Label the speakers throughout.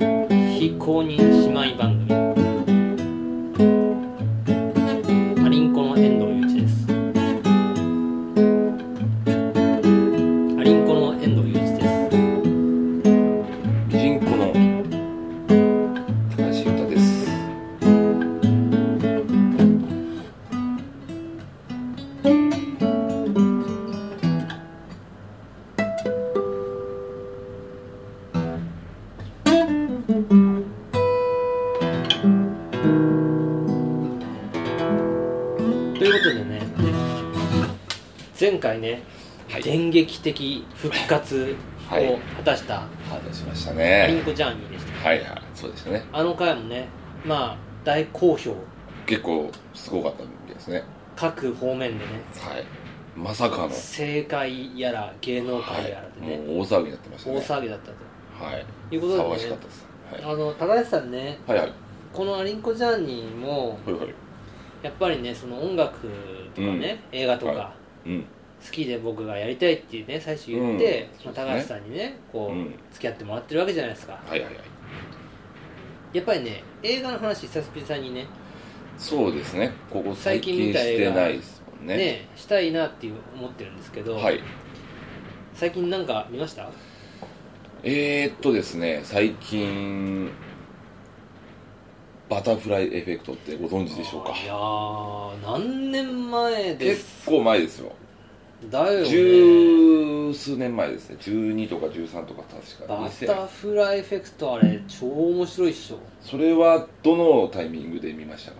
Speaker 1: 非公認姉妹番組パリンコの遠藤祐一ですパリンコの遠藤祐一です
Speaker 2: ミジンコの高橋優太です
Speaker 1: ということでね前回ね、
Speaker 2: はい
Speaker 1: 電撃的復活
Speaker 2: はい
Speaker 1: を果たした
Speaker 2: 話しました
Speaker 1: パリン
Speaker 2: ね
Speaker 1: コジャーニーでした、
Speaker 2: はいはいそうでしたね
Speaker 1: あの回もねまあ大好評
Speaker 2: 結構すごかったみたいですね
Speaker 1: 各方面でね
Speaker 2: はいまさかの
Speaker 1: 政界やら芸能
Speaker 2: は
Speaker 1: 界やらで
Speaker 2: い
Speaker 1: ね、
Speaker 2: もう大騒ぎになってましたね
Speaker 1: 大騒ぎだったと
Speaker 2: はい
Speaker 1: いうことでね
Speaker 2: 騒がしかったですはい
Speaker 1: あの高橋さんね
Speaker 2: はいはい
Speaker 1: この「アリンコジャーニー」も
Speaker 2: はいはい
Speaker 1: やっぱりねその音楽とかね、映画とか、
Speaker 2: はうん
Speaker 1: 好きで僕がやりたいってね最初言って、
Speaker 2: うん
Speaker 1: まあ、
Speaker 2: そう
Speaker 1: 高
Speaker 2: で
Speaker 1: 橋
Speaker 2: す
Speaker 1: さんにねこう、
Speaker 2: うん
Speaker 1: 付き合ってもらってるわけじゃないですか
Speaker 2: はいはいはい
Speaker 1: やっぱりね映画の話久しぶりにね
Speaker 2: そうですねここ最
Speaker 1: 最近
Speaker 2: 近
Speaker 1: 見た
Speaker 2: し
Speaker 1: 映
Speaker 2: て
Speaker 1: 画
Speaker 2: ないですもん
Speaker 1: ね
Speaker 2: ね
Speaker 1: したいなっていう思ってるんですけど、
Speaker 2: はい
Speaker 1: 最近なんか見ました
Speaker 2: えー、っとですね最近バタフライエフェクトってご存知でしょうか
Speaker 1: いやー何年前です
Speaker 2: 結構前ですよ
Speaker 1: だよね
Speaker 2: 十数年前ですね12とか13とか確か
Speaker 1: バ
Speaker 2: 2000
Speaker 1: タフライエフェクトあれ超面白いっしょ
Speaker 2: それはどのタイミングで見ましたか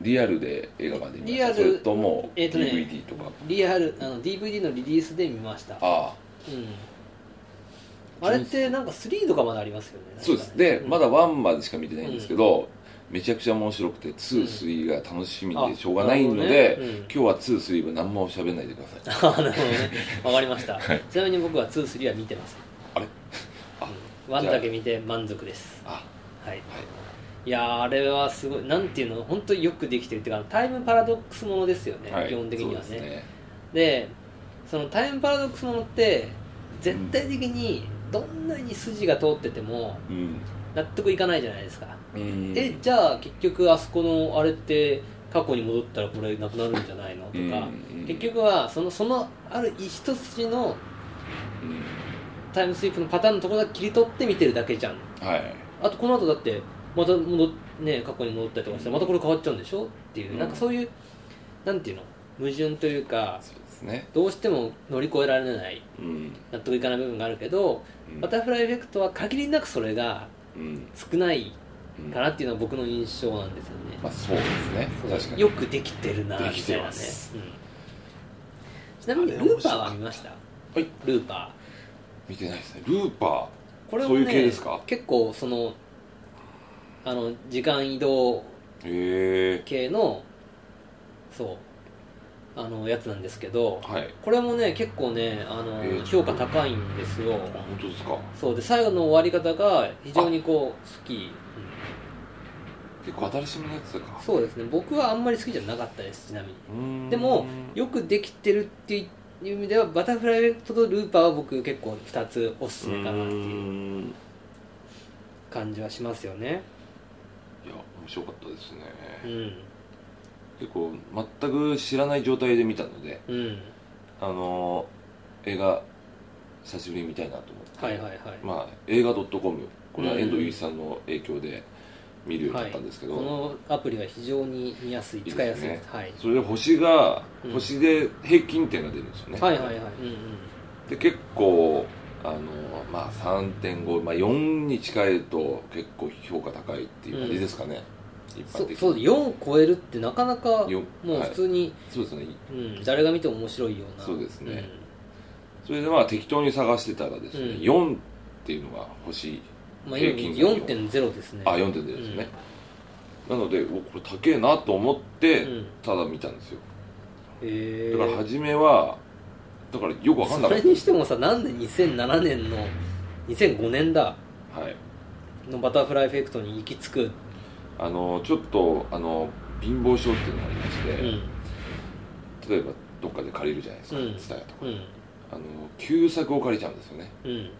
Speaker 2: リアルで映画館で見ました
Speaker 1: リアル
Speaker 2: それとも
Speaker 1: えーとね
Speaker 2: DVD とか、
Speaker 1: リアルあの DVD のリリースで見ました
Speaker 2: ああ
Speaker 1: うんあれってなんか3とかまでありますよね
Speaker 2: そうです
Speaker 1: ね
Speaker 2: でまだ1までしか見てないんですけど、めちゃくちゃ面白くて2、3が楽しみでしょうがないので、
Speaker 1: あなるほどねうん
Speaker 2: 今日は2、3は何も喋らないでください
Speaker 1: あなるほどねわかりましたちなみに僕は23は見てます
Speaker 2: あれあ
Speaker 1: ワンだけ見て満足です
Speaker 2: あ
Speaker 1: はい
Speaker 2: はい
Speaker 1: いやーあれはすごいなんていうの本当によくできてるっていうかタイムパラドックスものですよね、
Speaker 2: はい
Speaker 1: 基本的にはね
Speaker 2: そうですね
Speaker 1: でそのタイムパラドックスものって絶対的にどんなに筋が通ってても
Speaker 2: うん、
Speaker 1: 納得いかないじゃないですか、
Speaker 2: うん
Speaker 1: えじゃあ結局あそこのあれって過去に戻ったらこれなくなるんじゃないのとか、
Speaker 2: うん
Speaker 1: 結局はそのそのある一筋の
Speaker 2: うん
Speaker 1: タイムスリップのパターンのところだけ切り取って見てるだけじゃん
Speaker 2: はい
Speaker 1: あとこの後だってまた戻っね過去に戻ったりとかしてまたこれ変わっちゃうんでしょっていう、
Speaker 2: うん
Speaker 1: なんかそういうなんていうの矛盾というか
Speaker 2: そうですね
Speaker 1: どうしても乗り越えられない
Speaker 2: うん
Speaker 1: 納得いかない部分があるけど、
Speaker 2: うん
Speaker 1: バタフライエフェクトは限りなくそれが
Speaker 2: うん
Speaker 1: 少ない
Speaker 2: うん
Speaker 1: かなっていうのは僕の印象なんですよね、
Speaker 2: まあそうですね
Speaker 1: そう
Speaker 2: 確かに
Speaker 1: よくできてるなみたいなね
Speaker 2: できてます
Speaker 1: うんちなみに
Speaker 2: あれ
Speaker 1: ルーパーは見ました
Speaker 2: はい
Speaker 1: ルーパ
Speaker 2: 見てないですねルーパ
Speaker 1: ーこれも、
Speaker 2: そう
Speaker 1: ね、
Speaker 2: いう系ですか
Speaker 1: 結構そのあの時間移動
Speaker 2: ーへえ
Speaker 1: 系のそうあのやつなんですけど
Speaker 2: はい
Speaker 1: これもね結構ねあの、
Speaker 2: えー
Speaker 1: 評価高いんですよ
Speaker 2: あ本当ですか
Speaker 1: そうで最後の終わり方が非常にこう好き、
Speaker 2: 結構新しめのやつ
Speaker 1: うん
Speaker 2: か
Speaker 1: そうですね僕はあんまり好きじゃなかったですちなみに
Speaker 2: うーん
Speaker 1: でもよくできてるっていう意味ではバタフライエフェクトとルーパーは僕結構2つおすすめかなっていう
Speaker 2: ーんい
Speaker 1: 感じはしますよね
Speaker 2: や面白かったですね
Speaker 1: うん
Speaker 2: 結構全く知らない状態で見たので
Speaker 1: うん
Speaker 2: あのー映画久しぶりに見たいなと思って
Speaker 1: はいはいはい、
Speaker 2: まあ、映画 .com これは遠藤祐一さんの影響で見るようになったんですけど、
Speaker 1: このアプリは非常に見やすい
Speaker 2: いいですね
Speaker 1: 使いやすいですはい
Speaker 2: それで星が、
Speaker 1: うん
Speaker 2: 星で平均点が出るんですよね、
Speaker 1: はいはいはい、うんうん、
Speaker 2: で結構あの、まあ、3.5、まあ、4に近いと結構評価高いっていう感じですかね、一般
Speaker 1: そ
Speaker 2: 的に
Speaker 1: そう4超えるってなかなか
Speaker 2: よ
Speaker 1: もう
Speaker 2: はい
Speaker 1: 普通に、
Speaker 2: そうですね
Speaker 1: うん、誰が見ても面白いような
Speaker 2: そうですねそれでまあ適当に探してたらですね、
Speaker 1: うん
Speaker 2: 4っていうのが星
Speaker 1: うんまあ、今
Speaker 2: 平均が
Speaker 1: 4.0ですね
Speaker 2: あ4点出るんですね、なのでおこれ高えなと思って、
Speaker 1: うんうん
Speaker 2: ただ見たんですよ
Speaker 1: へ
Speaker 2: だから
Speaker 1: え
Speaker 2: 初めはだからよくわかん
Speaker 1: そ
Speaker 2: なかっ
Speaker 1: れ
Speaker 2: た
Speaker 1: にしてもさなんで2007年の2005年だ
Speaker 2: はい、
Speaker 1: のバタフライエフェクトに行き着く、
Speaker 2: あのちょっとあの貧乏症っていうのがありまして、
Speaker 1: うん
Speaker 2: 例えばどっかで借りるじゃないですか、
Speaker 1: うん
Speaker 2: ツタヤとか
Speaker 1: うん
Speaker 2: あの旧作を借りちゃうんですよね
Speaker 1: うん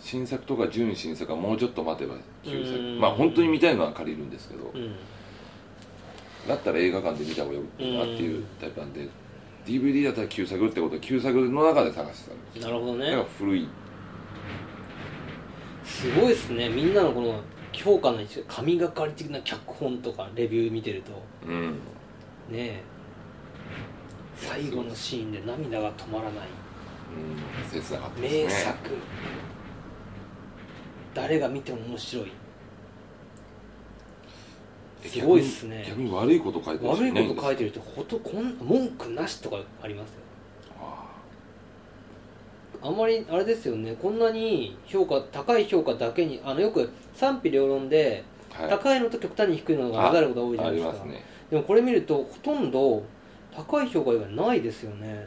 Speaker 2: 新作とか準新作はもうちょっと待てば旧作
Speaker 1: うん
Speaker 2: まあ本当に見たいのは借りるんですけど
Speaker 1: うん
Speaker 2: だったら映画館で見た方がよくなっていうタイプなんで DVD だったら旧作ってことは旧作の中で探してたんです
Speaker 1: なるほど
Speaker 2: だから
Speaker 1: ね
Speaker 2: 古い
Speaker 1: すごいですねみんなのこの評価の一部神がかり的な脚本とかレビュー見てると
Speaker 2: うん
Speaker 1: ねえ最後のシーンで涙が止まらない
Speaker 2: うん切なかったですね
Speaker 1: 名作、誰が見ても面白い
Speaker 2: え
Speaker 1: すごいっすね
Speaker 2: 逆に逆に悪いこと書いてる人
Speaker 1: 悪い
Speaker 2: な
Speaker 1: こと書い
Speaker 2: て
Speaker 1: てる人ほとこん文句なしとかありますよあんまりあれですよねこんなに評価高い評価だけにあのよく賛否両論で、
Speaker 2: はい
Speaker 1: 高いのと極端に低いのが混ざることが多いじゃ
Speaker 2: あ
Speaker 1: ない
Speaker 2: り
Speaker 1: です
Speaker 2: ま
Speaker 1: か
Speaker 2: すね
Speaker 1: でもこれ見るとほとんど高い評価以外ないですよね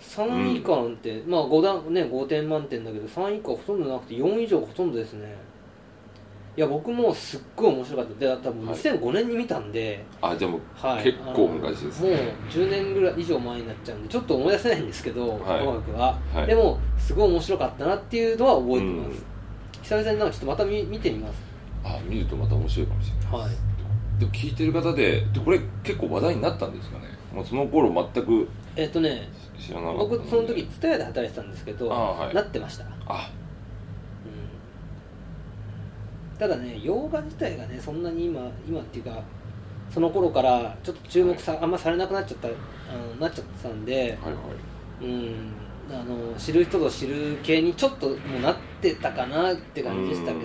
Speaker 1: 3以下なんて、まあ 5, 段、ね、5点満点だけど3以下ほとんどなくて4以上ほとんどですねいや僕もすっごい面白かったで多分
Speaker 2: はい
Speaker 1: 2005年に見たんで、
Speaker 2: あじゃあもう
Speaker 1: はい
Speaker 2: 結構昔ですね
Speaker 1: あのもう10年ぐらい以上前になっちゃうんでちょっと思い出せないんですけど、
Speaker 2: はい
Speaker 1: 音楽は、
Speaker 2: はい
Speaker 1: でもすごい面白かったなっていうのは覚えてま
Speaker 2: う
Speaker 1: す
Speaker 2: ん、
Speaker 1: 久々になんかちょっとまた見見てみます
Speaker 2: あ見るとまた面白いかもしれない
Speaker 1: はい
Speaker 2: でも聞いてる方ででこれ結構話題になったんですかねもうその頃全く
Speaker 1: えっ、とね
Speaker 2: 知らなかった
Speaker 1: 僕
Speaker 2: で
Speaker 1: その時蔦屋で働いてたんですけど
Speaker 2: あはい
Speaker 1: なってました
Speaker 2: あ
Speaker 1: うんただね洋画自体がねそんなに今今っていうかその頃からちょっと注目さ、あんまされなくなっちゃったあのなっちゃってたんで
Speaker 2: はいはい
Speaker 1: うんあの知る人ぞ知る系にちょっともうなってたかなって感じでしたけどね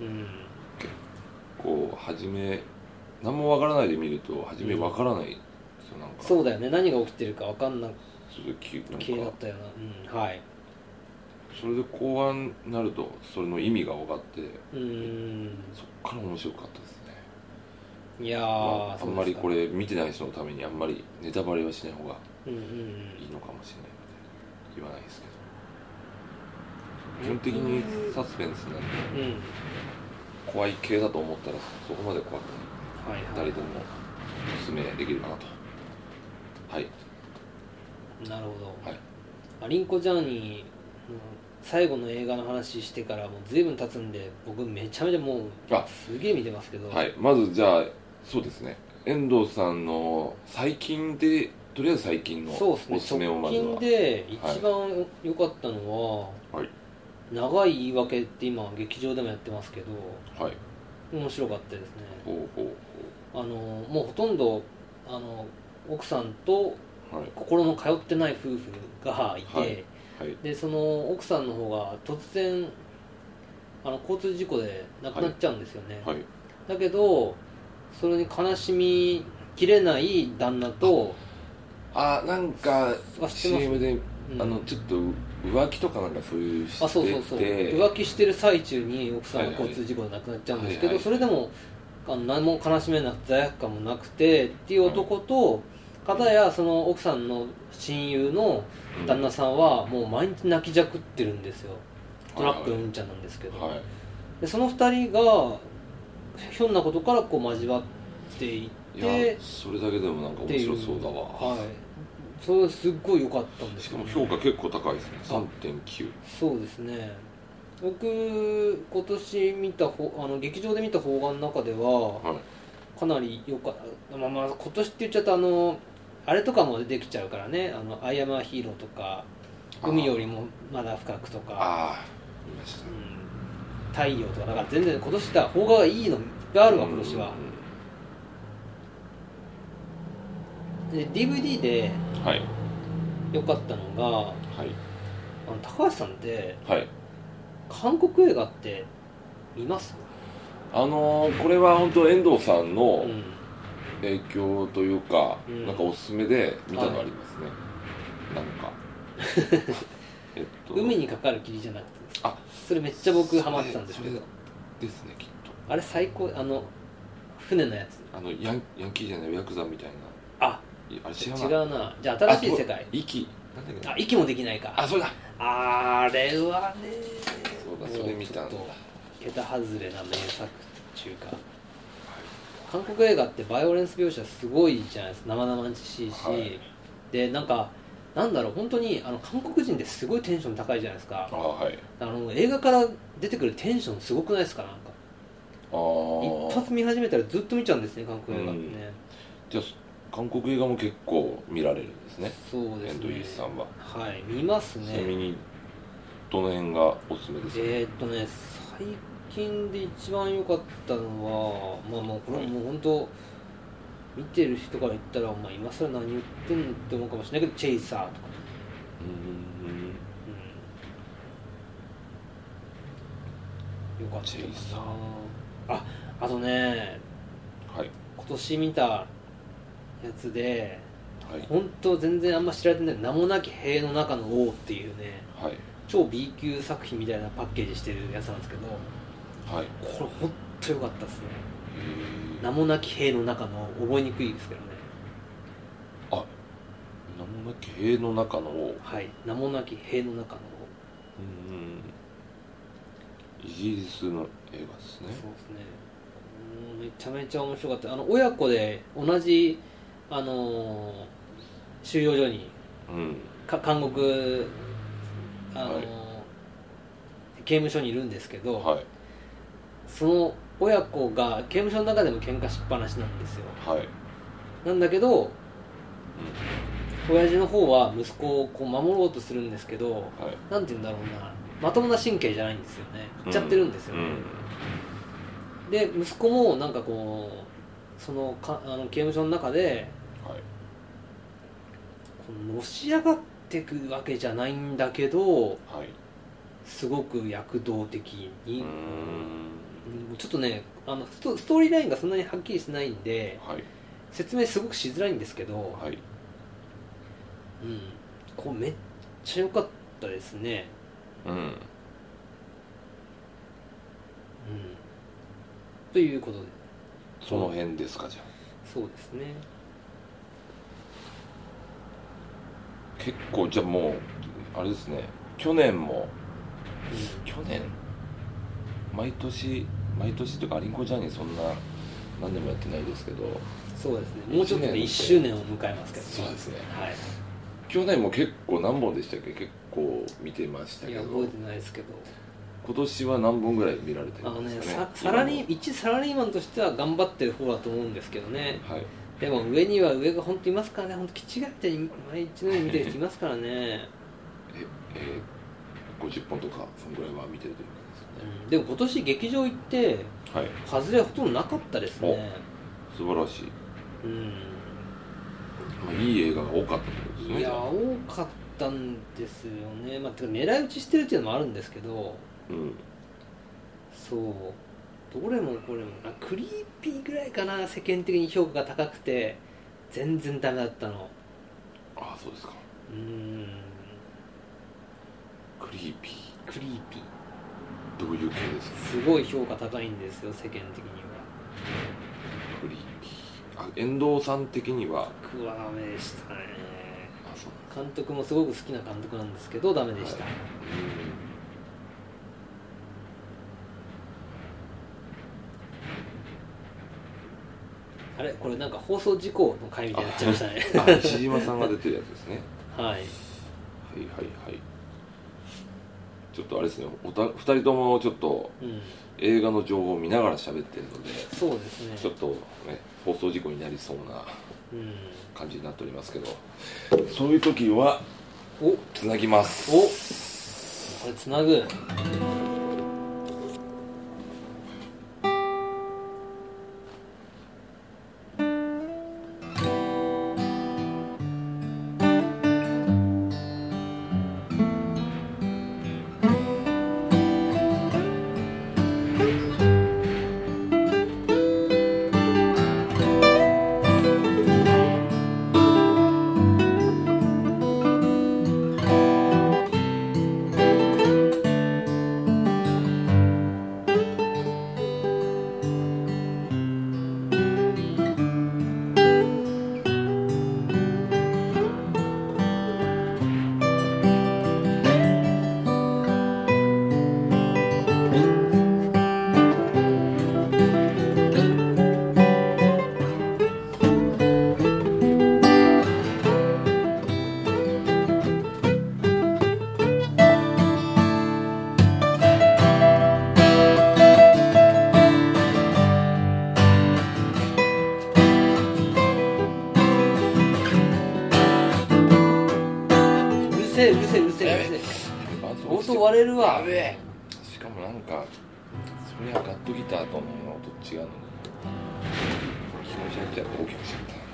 Speaker 1: うん
Speaker 2: うんこう初め何もわからないで見ると初めわからないそうなんか
Speaker 1: そうだよね何が起きてるか分かんな
Speaker 2: そうきなん
Speaker 1: 系だっ
Speaker 2: か
Speaker 1: たよなうんはい
Speaker 2: それで後半になるとそれの意味が分かって
Speaker 1: うん
Speaker 2: そっから面白かったですね
Speaker 1: いやー、
Speaker 2: まあ、あんまりこ
Speaker 1: れ
Speaker 2: れ見てない人のためにあんまりネタバレはしない方が
Speaker 1: うんうん
Speaker 2: いいのかもしれないので言わないですけど基本的にサスペンスなんで
Speaker 1: うんうん
Speaker 2: 怖い系だと思ったらそこまで怖くな
Speaker 1: はいはい
Speaker 2: い誰でもおすすめできるかなとはい
Speaker 1: なるほど、
Speaker 2: はい
Speaker 1: アリンコジャーニーの最後の映画の話してからもう随分経つんで僕めちゃめちゃもう
Speaker 2: あ
Speaker 1: すげえ見てますけど、
Speaker 2: はいまずじゃあそうですね遠藤さんの最近でとりあえず最近の
Speaker 1: そう
Speaker 2: お
Speaker 1: です
Speaker 2: す
Speaker 1: す
Speaker 2: め
Speaker 1: ね
Speaker 2: をま
Speaker 1: 直
Speaker 2: ず
Speaker 1: 近
Speaker 2: は
Speaker 1: で一番良かったのは、
Speaker 2: はい
Speaker 1: 長い言い訳って今劇場でもやってますけど
Speaker 2: はい
Speaker 1: 面白かったですね
Speaker 2: ほうほ
Speaker 1: あのもうほとんどあの奥さんと
Speaker 2: うはい
Speaker 1: 心の通ってない夫婦がいて、
Speaker 2: はいはい
Speaker 1: でその奥さんの方が突然あの交通事故で亡くなっちゃうんですよね、
Speaker 2: はい
Speaker 1: だけどそれに悲しみきれない旦那と、
Speaker 2: あなんか
Speaker 1: あ知ってます
Speaker 2: CM で
Speaker 1: うん
Speaker 2: あのちょっと浮気とかなんかそういうしてて
Speaker 1: あそうそうそう浮気してる最中に奥さんが
Speaker 2: はいはい
Speaker 1: 交通事故で亡くなっちゃうんですけど、
Speaker 2: はいはい
Speaker 1: それでもあの何も悲しめなく罪悪感もなくてっていう男と、片やその奥さんの親友の
Speaker 2: うん
Speaker 1: 旦那さんはもう毎日泣きじゃくってるんですよトラップのうんちゃんなんですけど、
Speaker 2: はい
Speaker 1: でその二人がひょんなことからこう交わっていっ
Speaker 2: い
Speaker 1: て
Speaker 2: やそれだけでもなんか面白そうだわ、
Speaker 1: はいそれはすっごい良かったんです
Speaker 2: し
Speaker 1: け
Speaker 2: か
Speaker 1: ど
Speaker 2: も評価結構高いですね3.9
Speaker 1: そうですね僕今年見たほあの劇場で見た邦画の中では
Speaker 2: はい
Speaker 1: かなり良かったまあまあ今年って言っちゃったあのあれとかも出てきちゃうからね「あのアイアムアヒーロー」とか「
Speaker 2: あー
Speaker 1: 海よりもまだ深く」とか
Speaker 2: ああ見ま
Speaker 1: 「
Speaker 2: し
Speaker 1: う
Speaker 2: た
Speaker 1: ん、太陽」とかだから全然今年だ邦画がいいのいっぱいあるわ今年はで DVD で
Speaker 2: うんはい
Speaker 1: 良かったのが
Speaker 2: はい
Speaker 1: あの高橋さんって
Speaker 2: はい
Speaker 1: 韓国映画って見ます
Speaker 2: あのーこれは本当遠藤さん
Speaker 1: う
Speaker 2: の
Speaker 1: ん
Speaker 2: 影響というか、
Speaker 1: うん
Speaker 2: なんかおすすめで見たのありますね、なんか えっと
Speaker 1: 海にかかる霧じゃなくて
Speaker 2: あ
Speaker 1: それめっちゃ僕ハマってたんですけど
Speaker 2: それですねきっと
Speaker 1: あれ最高あの船のやつ
Speaker 2: あのヤンヤンキーじゃないヤクザみたいな
Speaker 1: あ
Speaker 2: いあれ
Speaker 1: 違
Speaker 2: 違うな
Speaker 1: うなじゃあ新しい世界
Speaker 2: 息なんだっけ
Speaker 1: あ
Speaker 2: な
Speaker 1: 息もできないか
Speaker 2: あそれだ
Speaker 1: あれはね
Speaker 2: そうだ
Speaker 1: も
Speaker 2: それ見たんだ
Speaker 1: ちょっ
Speaker 2: は
Speaker 1: と桁外れな名作っていうか韓国映画ってバイオレンス描写すごいじゃないですか生々しいし、
Speaker 2: はい
Speaker 1: でなんかなんだろう本当にあの韓国人ってすごいテンション高いじゃないですか
Speaker 2: あはい
Speaker 1: あの映画から出てくるテンションすごくないですかなんか
Speaker 2: あー
Speaker 1: 一発見始めたらずっと見ちゃうんですね韓国映画ってね、
Speaker 2: じゃあ韓国映画も結構見られるんですね
Speaker 1: そうで
Speaker 2: エ
Speaker 1: す
Speaker 2: ンドリースさ
Speaker 1: ね
Speaker 2: んは、
Speaker 1: はい見ます
Speaker 2: ちなみ
Speaker 1: ね
Speaker 2: にどの辺がおすすめですか、
Speaker 1: えー、っとね最近で一番良かったのはまあまあこれはもう本当見てる人から言ったらお前今更何言ってんのって思うかもしれないけど「チェイサー」とか、
Speaker 2: うん
Speaker 1: うん、よかった
Speaker 2: チェイサ
Speaker 1: かなああとね
Speaker 2: はい
Speaker 1: 今年見たやつで
Speaker 2: はい
Speaker 1: 本当全然あんま知られてない名もなき塀の中の王っていうね
Speaker 2: はい
Speaker 1: 超 B 級作品みたいなパッケージしてるやつなんですけどこ
Speaker 2: はい
Speaker 1: れほんと良かったですね
Speaker 2: へー
Speaker 1: 名もなき塀の中の覚えにくいですけどね
Speaker 2: あ名もなき塀の中の王
Speaker 1: はい名もなき塀の中の
Speaker 2: イギリスの映
Speaker 1: 王そ
Speaker 2: 画ですね
Speaker 1: うですねうんめちゃめちゃ面白かったあの親子で同じあのー収容所に
Speaker 2: うん
Speaker 1: か監獄あのー、
Speaker 2: はい
Speaker 1: 刑務所にいるんですけど、
Speaker 2: はい
Speaker 1: その親子が刑務所の中でも喧嘩しっぱなしなんですよ
Speaker 2: はい、
Speaker 1: なんだけど親父の方は息子をこう守ろうとするんですけど
Speaker 2: うん、はい
Speaker 1: なんて言うんだろうなまともな神経じゃないんですよねいっちゃってるんですよね、で息子もなんかこうそのかあの刑務所の中で
Speaker 2: うんはい
Speaker 1: こうのし上がってくわけじゃないんだけど
Speaker 2: はい
Speaker 1: すごく躍動的
Speaker 2: う
Speaker 1: に、
Speaker 2: ーん
Speaker 1: ちょっとねあのストストーリーラインがそんなにはっきりしてないんで
Speaker 2: はい
Speaker 1: 説明すごくしづらいんですけど、
Speaker 2: はい
Speaker 1: うん、こうめっちゃ良かったですね、
Speaker 2: うん
Speaker 1: うん、ということで
Speaker 2: その辺ですかじゃあ
Speaker 1: そうですね
Speaker 2: 結構じゃあもうあれですね去年も去年毎年毎年というかアリンコジャーニーそんな何年もやってないですけど
Speaker 1: うんそうですねもうちょっとで1周年を迎えますけどね、
Speaker 2: ですね
Speaker 1: はい
Speaker 2: 去年も結構何本でしたっけ結構見てました
Speaker 1: い
Speaker 2: け
Speaker 1: や
Speaker 2: ど
Speaker 1: 覚えてないですけど
Speaker 2: 今年は何本ぐらい見られて
Speaker 1: あ
Speaker 2: る
Speaker 1: の
Speaker 2: んです
Speaker 1: ね
Speaker 2: かね
Speaker 1: さサラリ
Speaker 2: 今
Speaker 1: ー一サラリーマンとしては頑張ってる方だと思うんですけどね
Speaker 2: のはい
Speaker 1: でも上には上が本当いますからね本当気違いみたいに毎日のように見てる人いますからね、
Speaker 2: ええー、50本とかそのぐらいは見てるという感じですかね
Speaker 1: うん、でも今年劇場行って
Speaker 2: はい
Speaker 1: 外れほとんどなかったですね
Speaker 2: 素晴らしい、
Speaker 1: うん
Speaker 2: まあ、いい映画が多かったってことですね
Speaker 1: い
Speaker 2: じ
Speaker 1: や
Speaker 2: ゃあ
Speaker 1: 多かったんですよね、まあ、てか狙い撃ちしてるっていうのもあるんですけど
Speaker 2: うん
Speaker 1: そうどれもこれもあクリーピーぐらいかな世間的に評価が高くて全然ダメだったの
Speaker 2: ああそうですか
Speaker 1: うーん
Speaker 2: クリーピ
Speaker 1: クリーピー
Speaker 2: ーどういう系ですか
Speaker 1: すごい評価高いんですよ世間的には
Speaker 2: クリーピーあ遠藤さん的には
Speaker 1: 僕はダメでしたね
Speaker 2: あそうなんです
Speaker 1: 監督もすごく好きな監督なんですけどダメでした、
Speaker 2: は
Speaker 1: あれこれなんか放送事故の回みたいになっちゃいましたね
Speaker 2: うんあ石島さんが出てるやつですね
Speaker 1: はい
Speaker 2: はいはいはいちょっとあれですねおた2人ともちょっと
Speaker 1: うん
Speaker 2: 映画の情報を見ながら喋ってるので
Speaker 1: そうですね
Speaker 2: ちょっとね放送事故になりそうな
Speaker 1: うん
Speaker 2: 感じになっておりますけどそういう時は
Speaker 1: お
Speaker 2: つなぎます
Speaker 1: おこれつなぐ
Speaker 3: 「
Speaker 1: 割れるわ
Speaker 2: やべえしかもなんかそりゃガットギターとの音違うのに気持ち悪くて大きくしちゃった